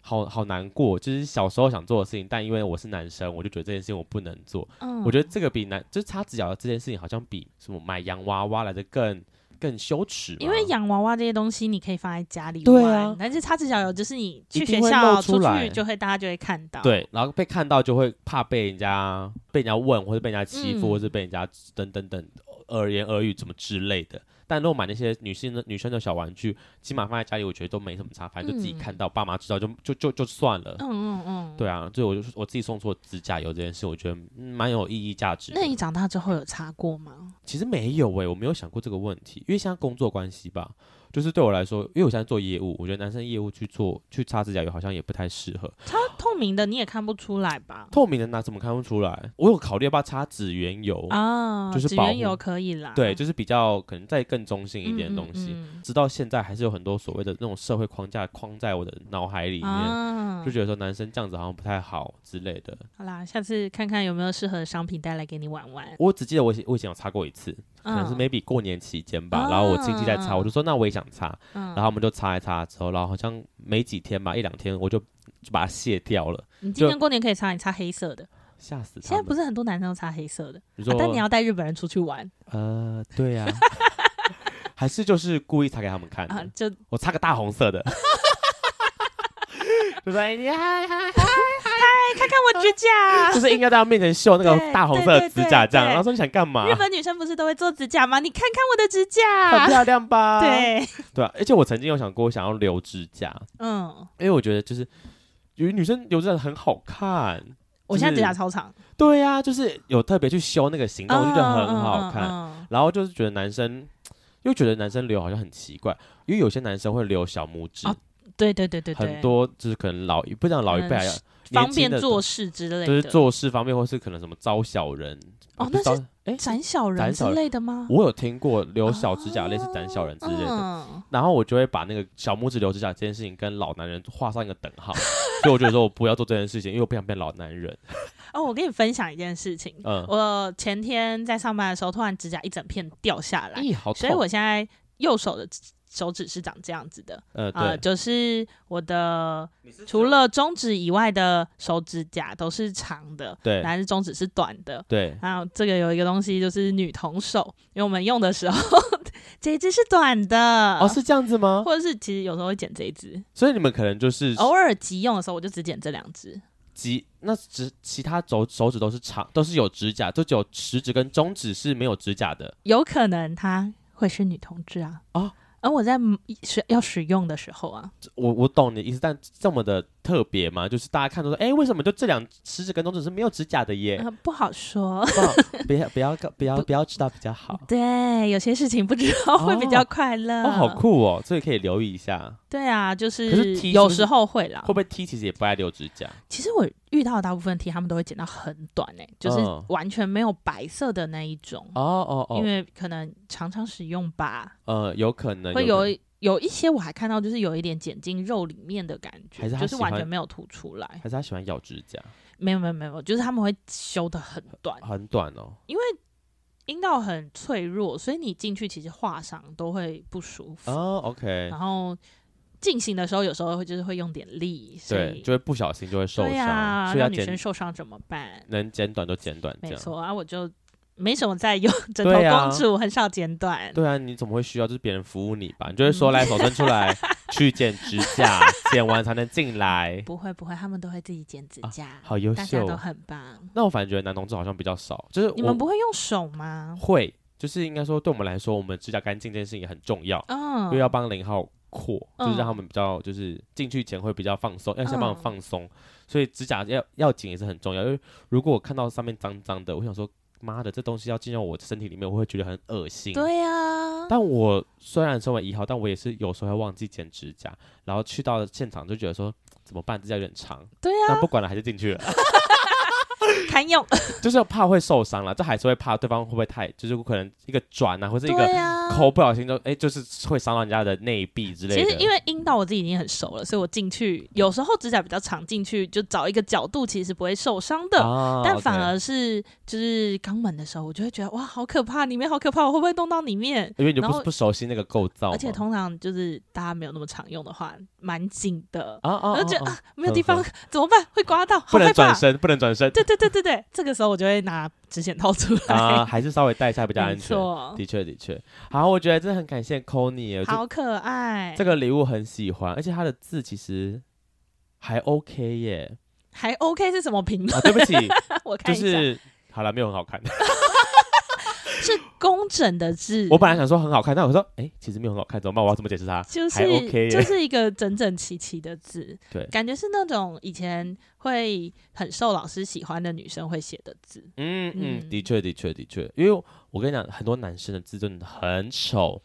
好好难过，就是小时候想做的事情，但因为我是男生，我就觉得这件事情我不能做，嗯我觉得这个比男就是擦指甲油这件事情，好像比什么买洋娃娃来的更更羞耻嘛，因为养娃娃这些东西，你可以放在家里对玩啊，但是擦指甲油就是你去一学定会校露出来去就会大家就会看到。，对，然后被看到就会怕被人家被人家问，或者被人家欺负，嗯或者被人家等等等耳言耳语怎么之类的。但如果买那些女性的女生的小玩具，起码放在家里，我觉得都没什么差，反正就自己嗯看到，爸妈知道就就就就算了。嗯嗯嗯。对啊，所以我就我自己送错指甲油这件事，我觉得嗯蛮有意义价值的。那你长大之后有擦过吗？其实没有欸诶、我没有想过这个问题，因为现在工作关系吧，就是对我来说，因为我现在做业务，我觉得男生业务去做去擦指甲油好像也不太适合。擦透明的你也看不出来吧？透明的拿怎么看不出来？我有考虑要不要擦指缘油，啊，哦就是指保缘护油可以啦。对，就是比较可能再更中性一点的东西。嗯嗯直到现在还是有很多所谓的那种社会框架框在我的脑海里嗯面，啊就，觉得说男生这样子好像不太好之类的。好啦，下次看看有没有适合的商品带来给你玩玩。我只记得我以前我以前有擦过一次，可能是嗯 maybe 过年期间吧，啊然后我亲戚在擦，我就说那我也想擦，嗯然后他们就擦一擦之后，然后好像没几天吧，一两天我就就把它卸掉了，你今就年过年可以擦，你擦黑色的。吓死他们。现在不是是很多男生都擦黑色的，啊你说、但你要带日本人出去玩呃，对呀、 还是就是故意擦给他们看的啊，就我擦个大红色 的。就是哎你嗨嗨看看我指 甲。就是硬要在他面前秀那个大红色的指甲这对对对样，对然后说你想干嘛？日本女生不是都会做指甲吗？你看看我的指很甲。漂亮吧？对，对啊，而且我曾经有想过我想要留指甲，嗯，因为我觉得就是有女生留指甲很好看。我现在指甲超长，对呀、就是有特别去修那个形状，我就觉得很好看。嗯然后就是觉得男生又觉得男生留好像很奇怪，因为有些男生会留小拇指，哦嗯对对对对对，很多就是可能老一不讲老一辈还有嗯方年轻便的做事之类的，就是做事方面，或是可能什么招小人哦不是那招是哎斩小人斩之小人类的吗？我有听过留小指甲类似斩小人之类的，嗯，然后我就会把那个小拇指留指甲这件事情跟老男人画上一个等 号，所以我觉得说我不要做这件事情，因为我不想变老男人。哦，我跟你分享一件事情，嗯，我前天在上班的时候，突然指甲一整片掉下来，咦，哎好痛！所以我现在右手的指手指是长这样子的，呃呃，对，就是我的除了中指以外的手指甲都是长的，对但是中指是短的。对还有这个有一个东西就是女童手，因为我们用的时候 这一只是短的，哦是这样子吗？或者哦是其实有时候会剪这一只，所以你们可能就是偶尔急用的时候我就只剪这两只。几那指其他手手指都是长，都是有指甲，就只有食指跟中指是没有指甲的。有可能她会是女同志啊。哦，而我在嗯使要使用的时候啊，我我懂你的意思，但这么的特别吗？就是大家看到说，哎、为什么就这两食指跟中指是没有指甲的耶？ 呃不好说。不好不要不要不要不要知道比 较好。对，有些事情不知道会比较快乐。哦，好酷哦，所以可以留意一下。对啊，就可是是 T 有是不是时候会啦会。不会 T 其实也不爱留指甲？其实我遇到的大部分 T 他们都会剪到很短诶、就是嗯完全没有白色的那一种，哦哦因哦，为可能常常使用吧，呃，有可能会可有能有一些我还看到就是有一点剪进肉里面的感觉，还是他就是喜完欢全没有凸出来。还是他喜欢咬指甲，没有没有没有，就是他们会修的很短，很短 哦。因为阴道很脆弱，所以你进去其实划伤都会不舒服。哦，OK，然后进行的时候，有时候会就是会用点力，所对，以就会不小心就会受对伤，啊，所以要让女生剪受伤怎么办？能剪短就剪短这没样。错啊，我就没什么在用 枕头对啊公主，很少剪短。对啊，你怎么会需要就是别人服务你吧？你就会嗯说来手伸出来去剪指甲， 剪完才能进来。不会不会，他们都会自己剪指甲，啊好优大家秀哦都。很棒。那我反正觉得男同志好像比较少，就是你我们不会用手吗？会，就是应该说对我们来说，我们指甲干净这件事情也很重要，嗯，因为要帮零号扩，就嗯是让他们比较就是进去前会比较放松，要先帮嗯他们放松，所以指甲要要紧也是很重要。因为如果我看到上面脏脏的，我想说妈的，这东西要进入我的身体里面，我会觉得很恶心。对啊呀、但我虽然身为一号，但我也是有时候会忘记剪指甲，然后去啊到现场就觉得说怎么办，指甲有点长，对呀、但不管了，还是进去了。堪用， 就是怕会受伤了，这还是会怕对方会不会太，就是可能一个转啊，或者一对个呀、抠不小心就哎、就是会伤到人家的内壁之类其的。实因为阴道我自己已经很熟了，所以我进去有时候指甲比较长，进去就找一个角度，其实不会受伤的。啊但反 OK 而是就是肛门的时候，我就会觉得哇，好可怕，里面好可怕，我会不会弄到里面？因为你就然不后不熟悉那个构造嘛，而且通常就是大家没有那么常用的话，蛮紧的，啊啊，我就啊觉得啊啊，没有呵地方呵怎么办？会刮到，好不害能怕转。身，不能转身对对对对对，这个时候我就会拿纸剪掏出啊，来，还是稍微带一下比较没安全。错，的确的确，好，我觉得真的很感谢 c o n y 好可爱，这个礼物很喜欢，而且它的字其实还 OK 耶。还 OK 是什么评论？啊，对不起，我 看就一下，嗯是好了，没有很好看。是工整的字。我本来想说很好看，但我说哎、其实没有很好看，怎么办？我要怎么解释它？就是、还 OK 耶就是一个整整齐齐的字，对感觉是那种以前会很受老师喜欢的女生会写的字，嗯嗯，嗯的确的确的确，因为我跟你讲，很多男生的字真的很丑。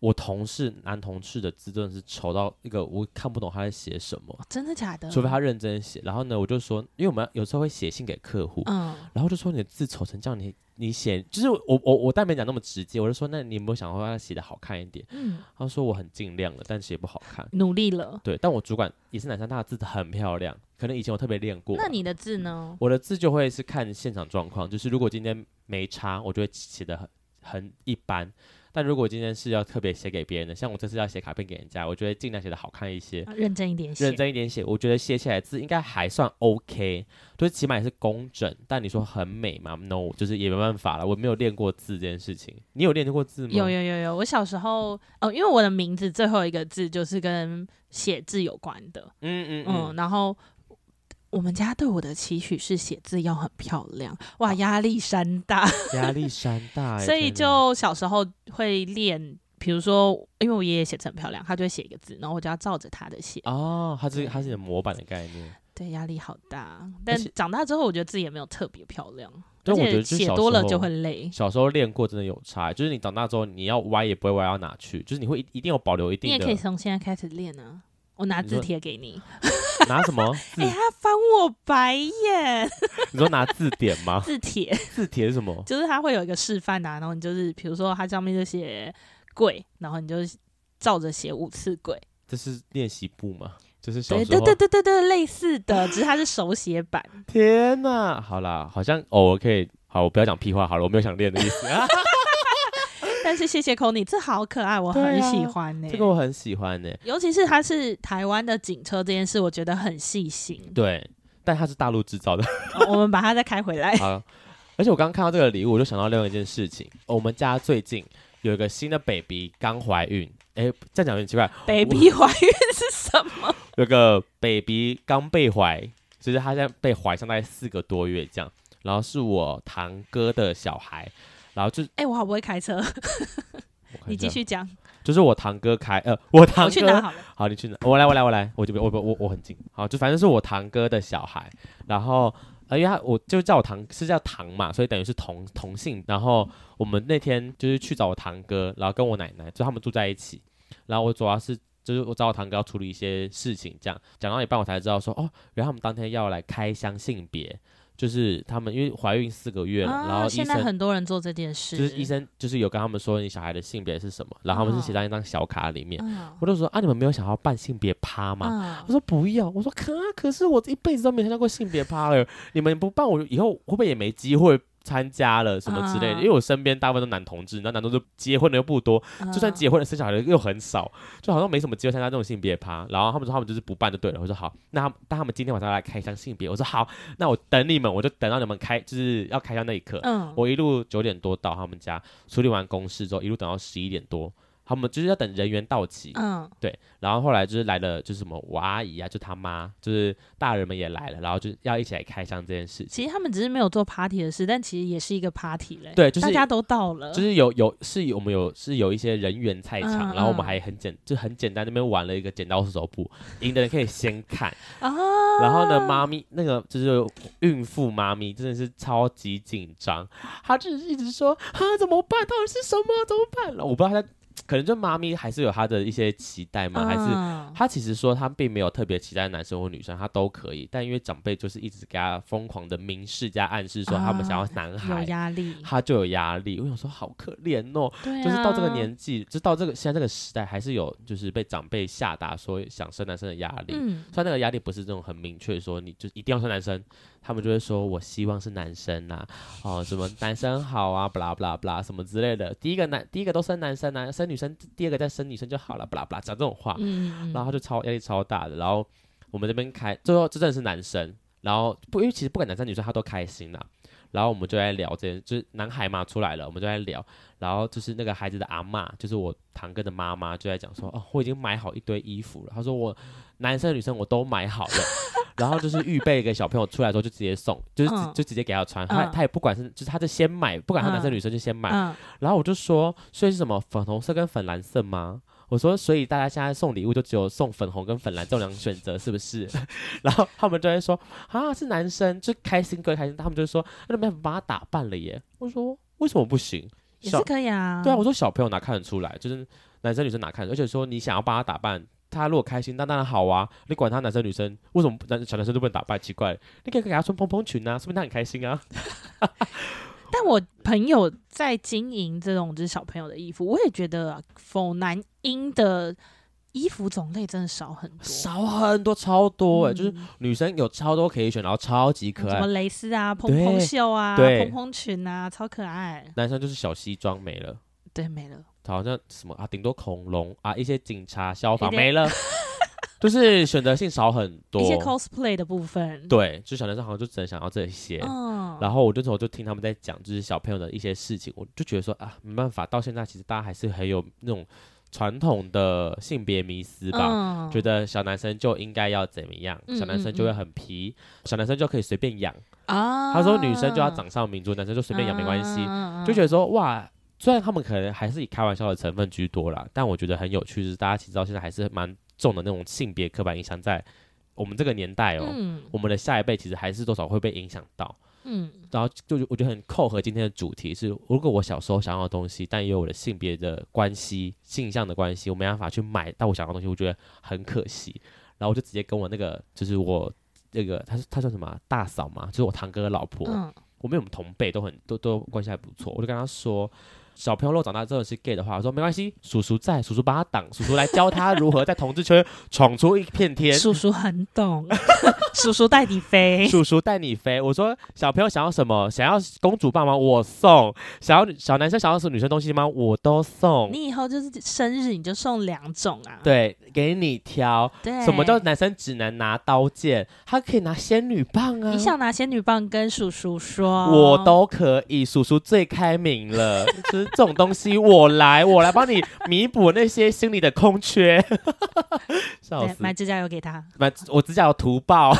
我同事男同事的字真的是丑到一个我看不懂他在写什么，真的假的？除非他认真写。然后呢，我就说，因为我们有时候会写信给客户，嗯，然后就说你的字丑成这样，你你写就是我我我但没讲那么直接，我就说那你有没有想过让他写的好看一点？嗯他说我很尽量了，但写不好看。努力了。对，但我主管也是男生，他的字很漂亮，可能以前我特别练过吧。那你的字呢？我的字就会是看现场状况，就是如果今天没差，我就会写的很很一般。但如果今天是要特别写给别人的，像我这次要写卡片给人家，我就会尽量写的好看一些，啊认真一点写认，真一点写。我觉得写起来字应该还算 OK，就是起码也是工整。但你说很美吗？No，就是也没办法了，我没有练过字这件事情。你有练过字吗？有有有有。我小时候，哦，因为我的名字最后一个字就是跟写字有关的，嗯嗯嗯，嗯，然后。我们家对我的期许是写字要很漂亮，哇，压力山大。压力山 大欸，所以天哪就小时候会练，比如说，因为我爷爷写字很漂亮，他就会写一个字，然后我就要照着他的写。哦，它是它是你的模板的概念。对，压力好大。但且长大之后，我觉得自己也没有特别漂亮，但而我觉且得就是写小多时了就候会累。小时候练过真的有差，欸就是你长大之后你要歪也不会歪到哪去，就是你会一一定有保留一你定也的。可以从现在开始练啊！我拿你字说帖给你，拿什么 字哎、？他翻我白眼。你说拿字典吗？字帖 字帖是什么？就是他会有一个示范啊，然后你就是比如说它上面就写贵，然后你就照着写五次贵。这是练习簿吗？就是小对时对候。对对对对，类似的，只是它是手写版。天哪！好啦，好像偶尔可以。好，我不要讲屁话好了，我没有想练的 意思。啊、但是谢谢 c o n y 这好可爱，我对很啊喜欢呢、这个我很喜欢呢、尤其是它是台湾的警车这件事，我觉得很细心。对，但它是大陆制 造的。哦我们把它再开回来。 好，而且我刚刚看到这个礼物，我就想到另外一件事情。哦我们家最近有一个新的 baby 刚怀孕，哎、这样讲有点奇怪。 Baby 怀孕是什么？有个 baby 刚被怀，就是他现在被怀上大概四个多月这样，然后是我堂哥的小孩，然后就哎、我好不会开车，你继，续讲，我看一下就是我堂哥开，呃，我堂我去拿哥，好了。好，你去拿，我来，我来，我来，我这边，我我我很近，好，就反正是我堂哥的小孩，然后。呃因为他我就叫我堂是叫堂嘛，所以等于是同同姓。然后我们那天就是去找我堂哥，然后跟我奶奶，就他们住在一起。然后我主要是就是我找我堂哥要处理一些事情，这样讲到一半我才知道说哦，原来他们当天要来开箱性别，就是他们因为怀孕四个月了，然后啊，医现在生。很多人做这件事，就是医，生，就是有跟他们说你小孩的性别是什么，然后他们是写哦在一张小卡里面。嗯我就说啊，你们没有想要办性别趴吗？嗯我，说不要，我说可啊可是我一辈子都没参加过性别趴了，你们不办，我以后会不会也没机会参加了什么之类的？啊因为我身边大部分都男同志，那男同志结婚的又不多，嗯啊就算结婚了生小孩的又很少，就好像没什么机会参加这种性别趴。然后他们说他们就是不办就对了。我说好，那他们但他们今天晚上要来开箱性别，我说好，那我等你们，我就等到你们开就是要开箱那一刻。嗯，我一路九点多到他们家，处理完公事之后，一路等到十一点多。他们就是要等人员到齐，嗯然后后来就是来了，就是什么我阿姨啊，就他妈，就是大人们也来了，然后就要一起来开箱这件事情。其实他们只是没有做 party 的事，但其实也是一个 party 嘞。对就是大家都到了，就是有有是有我们有是有一些人员菜场，嗯然后我们嗯还很简就很简单那边玩了一个剪刀石头布，赢的人可以先看，啊。然后呢妈咪那个就是孕妇妈咪真的是超级紧张，她就是一直说啊怎么办，到底是什么怎么办？我不知道她在可能就妈咪还是有她的一些期待吗？还是嗯她其实说她并没有特别期待男生或女生，她都可以，但因为长辈就是一直给她疯狂的明示加暗示说他们想要男哦有孩，压力？她就有压力。我想说好可怜哦，对啊，就是到这个年纪，就到这个现在这个时代，还是有就是被长辈下达说想生男生的压力。嗯，虽然那个压力不是这种很明确说你就一定要生男生，他们就会说我希望是男生呐、 哦什么男生好啊，不啦不啦不啦什么之类的。第一个男第一个都生男生啊，生女生第二个再生女生就好了，不啦不啦讲这种话，嗯嗯，嗯然后他就超压力超大的。然后我们这边开最后这真的是男生，然后不因为其实不管男生女生他都开心啦。然后我们就在聊这件，就是男孩嘛出来了，我们就在聊。然后就是那个孩子的阿嬷，就是我堂哥的妈妈，就在讲说，哦，我已经买好一堆衣服了。她说我男生女生我都买好了。 然后就是预备给小朋友出来的时候就直接送，就是直、嗯就直接给他穿。他嗯他也不管是就是他就先买，不管他男生嗯女生就先买。嗯，然后我就说，所以是什么粉红色跟粉蓝色吗？我说，所以大家现在送礼物就只有送粉红跟粉蓝这两种选择，是不是？ 然后他们就会说，啊，是男生就开心归开心，他们就说，那没办法把他打扮了耶。我说，为什么不行？也小是可以啊。对啊，我说小朋友哪看得出来？就是男生女生哪看得出来？而且说你想要帮他打扮，他如果开心，那当然好啊。你管他男生女生，为什么不男小男生都不能打扮？奇怪，你可以给他穿蓬蓬裙啊，说明他很开心啊。但我朋友在经营这种就是小朋友的衣服，我也觉得啊否男婴的衣服种类真的少很多，少很多，超多哎、就是嗯女生有超多可以选，然后超级可什么爱。蕾丝啊、蓬蓬袖啊、对蓬蓬裙啊，超可爱。男生就是小西装没了，对，没了，好像什么啊，顶多恐龙啊，一些警察、消防一些 没了，就是选择性少很多一。些 cosplay 的部分。，对，就小男生好像就只能想要这些。嗯，然后我那时候就听他们在讲，就是小朋友的一些事情，我就觉得说啊，没办法，到现在其实大家还是很有那种传统的性别迷思吧。嗯觉得小男生就应该要怎么样，嗯小男生就会很皮，小男生就可以随便养。啊，嗯他说女生就要掌上明珠，男生就随便养没关系。就觉得说哇，虽然他们可能还是以开玩笑的成分居多啦，但我觉得很有趣，是大家其实到现在还是蛮重的那种性别刻板印象，在我们这个年代哦、嗯我们的下一辈其实还是多少会被影响到。嗯然后就我觉得很扣合今天的主题是，如果我小时候想要的东西，但也有我的性别的关系、性向的关系，我没办法去买到我想要的东西，我觉得很可惜。然后我就直接跟我那个，就是我那个，他他叫什么啊大嫂嘛，就是我堂哥的老婆，嗯我们有同辈，都很都都关系还不错。我就跟他说，小朋友如果长大之后是 gay 的话，我说没关系，叔叔在，叔叔帮他挡，叔叔来教他如何在同志圈闯出一片 天嗯，。叔叔很 懂，叔叔带你飞。叔叔带你飞。我说小朋友想要什么？想要公主抱吗？我送。想要小男生想要什么女生东西吗？我都送。 你以后就是生日你就送两种啊，对，给你挑。对，什么叫男生只能拿刀剑？他可以拿仙女棒啊你。想拿仙女棒跟叔叔说，我都可以，叔叔最开明 了，就是这种东西我来，我来帮你弥补那些心里的空 缺，笑对死！买指甲油给 他。买我指甲有涂爆，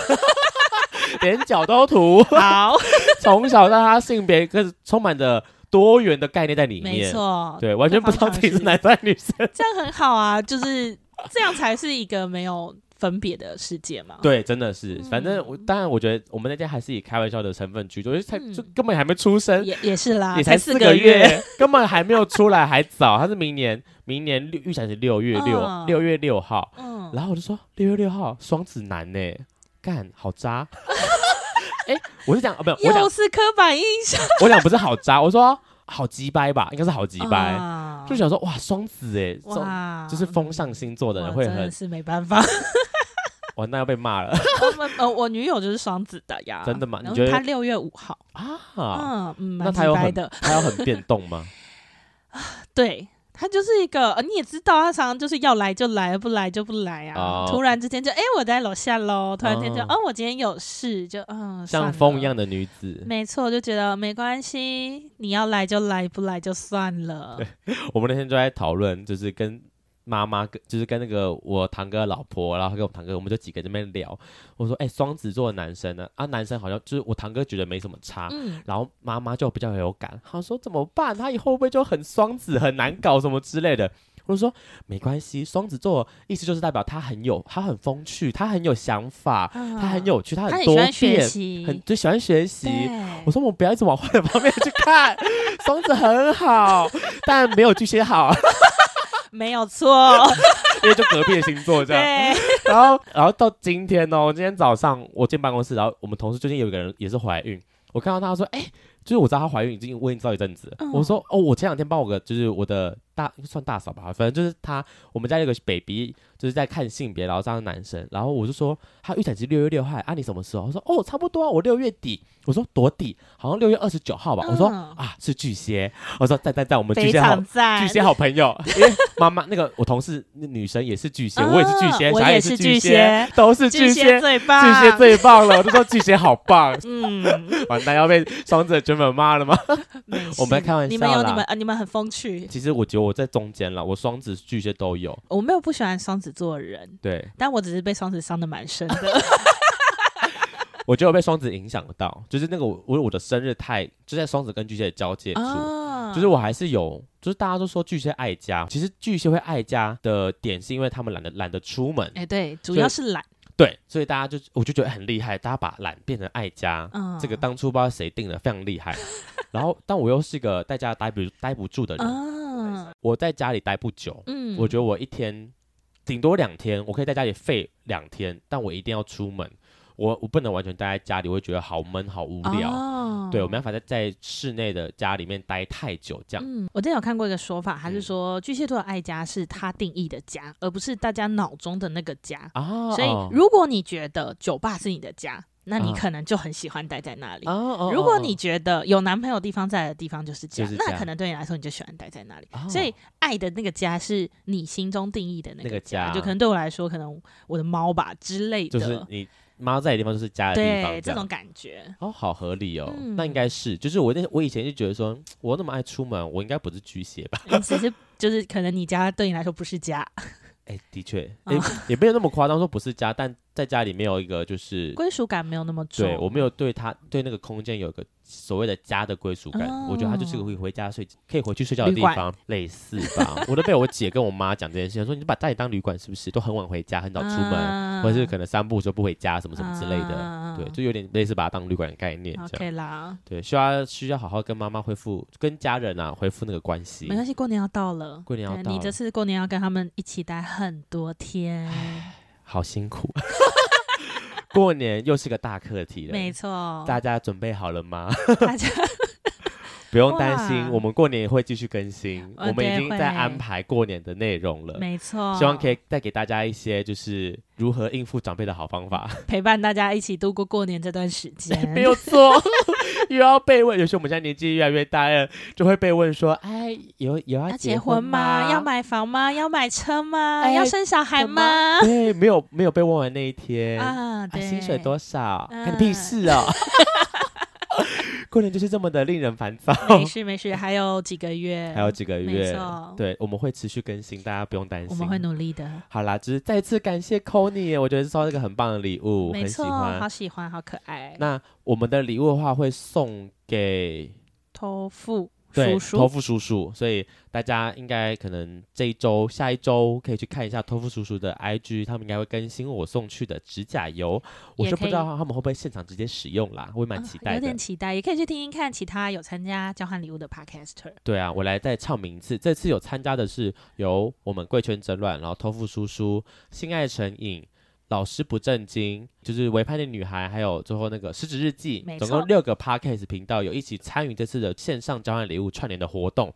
连脚都涂。好，从小让他性别跟充满着多元的概念在里面。没，错，对，完全不知道自己是男生还是女 生。这样很好啊，就是这样才是一个没有分别的世界嘛。对，真的是，嗯反正我当然我觉得我们那天还是以开玩笑的成分居多，因为才嗯就根本还没出生，也也是啦，也才啊四四个月，月， 根本还没有出来，还早。他是明年，明年六预产是六月六嗯六月六号，嗯，然后我就说六月六号双子男呢，干好 渣。哎，我是讲啊，没有， 我讲又是刻板印象，我讲不是好渣，我说好鸡掰吧，应该是好鸡掰。啊就想说哇，双子哎，这种哇，就是风象星座的人我会真的很是没办 法。完蛋要被骂 了我们呃，我女友就是双子的呀，真的吗你然后觉得她六月五号，啊！嗯嗯，那蛮她直有白很的，他要很变动吗？对。她就是一个，呃你也知道，她常常就是要来就来，不来就不来啊。哦突然之间就，哎、我在楼下喽。突然间就，哦哦我今天有事，就嗯，像 算风了一样的女子，没错，就觉得没关系，你要来就来，不来就算了。我们那天就在讨论，就是跟妈妈，跟就是跟那个我堂哥的老婆，然后跟我堂哥，我们就几个在那边聊。我说，哎、双子座的男生呢？啊，男生好像就是我堂哥觉得没什么差，嗯，然后妈妈就比较有感，她说怎么办？她以后会不会就很双子，很难搞什么之类的？我就说没关系，双子座意思就是代表他很有，他很风趣，他很有想法，他他很，有趣，他他啊很很喜多欢学变，习，很就喜欢学习。对我说我们不要一直往坏 的方面去看，双子很好，但没有巨蟹好。没有 错，因为就隔壁的星座这样。对， 然后，然后到今天哦，今天早上我进办公室，然后我们同事最近有一个人也是怀孕，我看到她说，哎、就是我知道她怀孕已经我已经知道一阵子了，嗯我说哦，我前两天帮我个就是我的大算大嫂吧，反正就是她，我们家有个 baby 就是在看性别，然后这样的男生，然后我就说他预产期六月六号，啊你什么时候？我说哦差不多啊，我六月底，我说多底，好像六月二十九号吧，我说嗯啊是巨蟹，我说赞赞赞，我们巨非蟹好常赞巨。蟹好朋友，哎 因为妈妈那个我同事那女生也是巨蟹，嗯我也是巨啊蟹，小我孩也是是巨巨蟹蟹，都是巨巨蟹，蟹最棒，，巨蟹最棒了，我就说巨蟹好 棒嗯，完蛋要被双子的卷粉骂了吗？ 没事我们开玩你笑啦们有你们啊，你们很风趣。其实我觉得我在中间了，我双子巨蟹都有，我没有不喜欢双子座的人，对但我只是被双子伤的蛮深的。我觉得我被双子影响到，就是那个我我我的生日太就在双子跟巨蟹的交界处，啊就是我还是有，就是大家都说巨蟹爱家，其实巨蟹会爱家的点是因为他们懒得懒得出门，哎，对，主以要是懒。对，所以大家就我就觉得很厉害，大家把懒变成爱家，嗯，这个当初不知道谁定的，非常厉 害。然后，但我又是个在家待不待不住的人，啊，我在家里待不久，嗯，我觉得我一天顶多两天，我可以在家里废两天，但我一定要出门，我我不能完全待在家里，我会觉得好闷好无聊。哦对，我没办法在在室内的家里面待太久，这样、嗯，我之前有看过一个说法，嗯他是说巨蟹座的爱家是他定义的家，而不是大家脑中的那个家。啊。所以，如果你觉得酒吧是你的家，那你啊可能就很喜欢待在那里。啊，哦如果你哦觉得有男朋友的地方在的地方就是家，就是家那可能对你来说你就喜欢待在那里。哦所以爱的那个家是你心中定义的那那个个家就可能对我来说，可能我的猫吧之类就的，是你妈在的地方就是家的地方，呃对这这样种感觉。哦，好合理哦，嗯那应该是，就是我那我以前就觉得说，我那么爱出门，我应该不是巨蟹吧？ 你只是嗯就是可能你家对你来说不是家，哎、的确，啊也、也没有那么夸张，说不是家，但在家里面有一个就是，归属感没有那么重。对我没有对他对那个空间有一个所谓的家的归属感，哦我觉得他就是个会回家睡，可以回去睡觉的地旅馆方，类似吧。我都被我姐跟我妈讲这件事情，说你把家里当旅馆是不是？都很晚回家，很早出门，啊或者是可能散步的时候不回家，什么什么之类的，啊对，就有点类似把它当旅馆的概念这样。 OK 啦，对，需要需要好好跟妈妈恢复，跟家人啊恢复那个关系没。关系，过年要到了，过年要对到你这了次过年要跟他们一起待很多天，哎好辛苦。 过年又是个大课题了，没错，大家准备好了吗？ 大家不用担心，哇我们过年也会继续更新，呃我们已对经会在安排过年的内容了。没哦错，希望可以带给大家一些就是如何应付长辈的好方法。陪伴大家一起度过过年这段时间。 没有错，又要被问。有时候我们现在年纪越来越大了，就会被问说：“哎，有有要要结婚哎婚吗？要买房吗？要买车吗？要生小孩吗？对，没有没有被问完那一天啊，啊，对，薪水多少？嗯看你屁事哦！过年就是这么的令人烦躁。 没事没 事，还有几个月，还有几个没月，错，对，我们会持续更新，大家不用担心。我们会努力的。好啦，只是再次感谢 c o n y 我觉得收到一个很棒的礼物，我没很喜错，好欢。喜欢，好可爱。那我们的礼物的话会送给托付对叔托叔，付叔叔，所以大家应该可能这一周、下一周可以去看一下托付叔叔的 IG，他们应该会更新我送去的指甲油，我也就不可知以道他们会不会现场直接使用啦，我也蛮期啊待有的。点期待，也可以去听听看其他有参加交换礼物的 podcaster。对啊，我来再唱名次。这次有参加的是由我们贵圈争乱，然后偷富叔叔、性爱成瘾、老师不正经，就是为叛逆女孩，还有最后那个失职日记没，总错共六个 podcast 频道有一起参与这次的线上交换礼物串联的活动。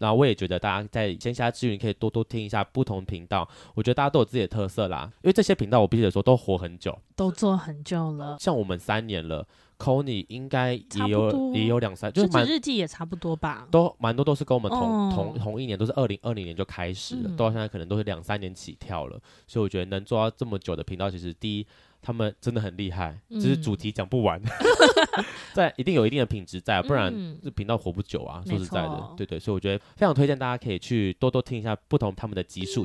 那我也觉得大家在闲暇之余可以多多听一下不同频道，我觉得大家都有自己的特色啦。因为这些频道我必须得说都活很久，都做很久了，像我们三年了 c o n y 应该差也不有多也有两三，就这是蛮指日记也差不多吧。都蛮多都是跟我们同、哦同同一年，都是二零二零年就开始了，嗯到现在可能都是两三年起跳了。所以我觉得能做到这么久的频道，其实第一他们真的很厉害，只是嗯主题讲 不完， 在一定有一定的品质在，不然嗯这频道活不久啊。说没实在的错，对对，所以我觉得非常推荐大家可以去多多听一下不同他们的集数。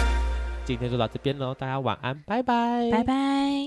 今天就到这边喽，大家晚安，拜拜，拜拜。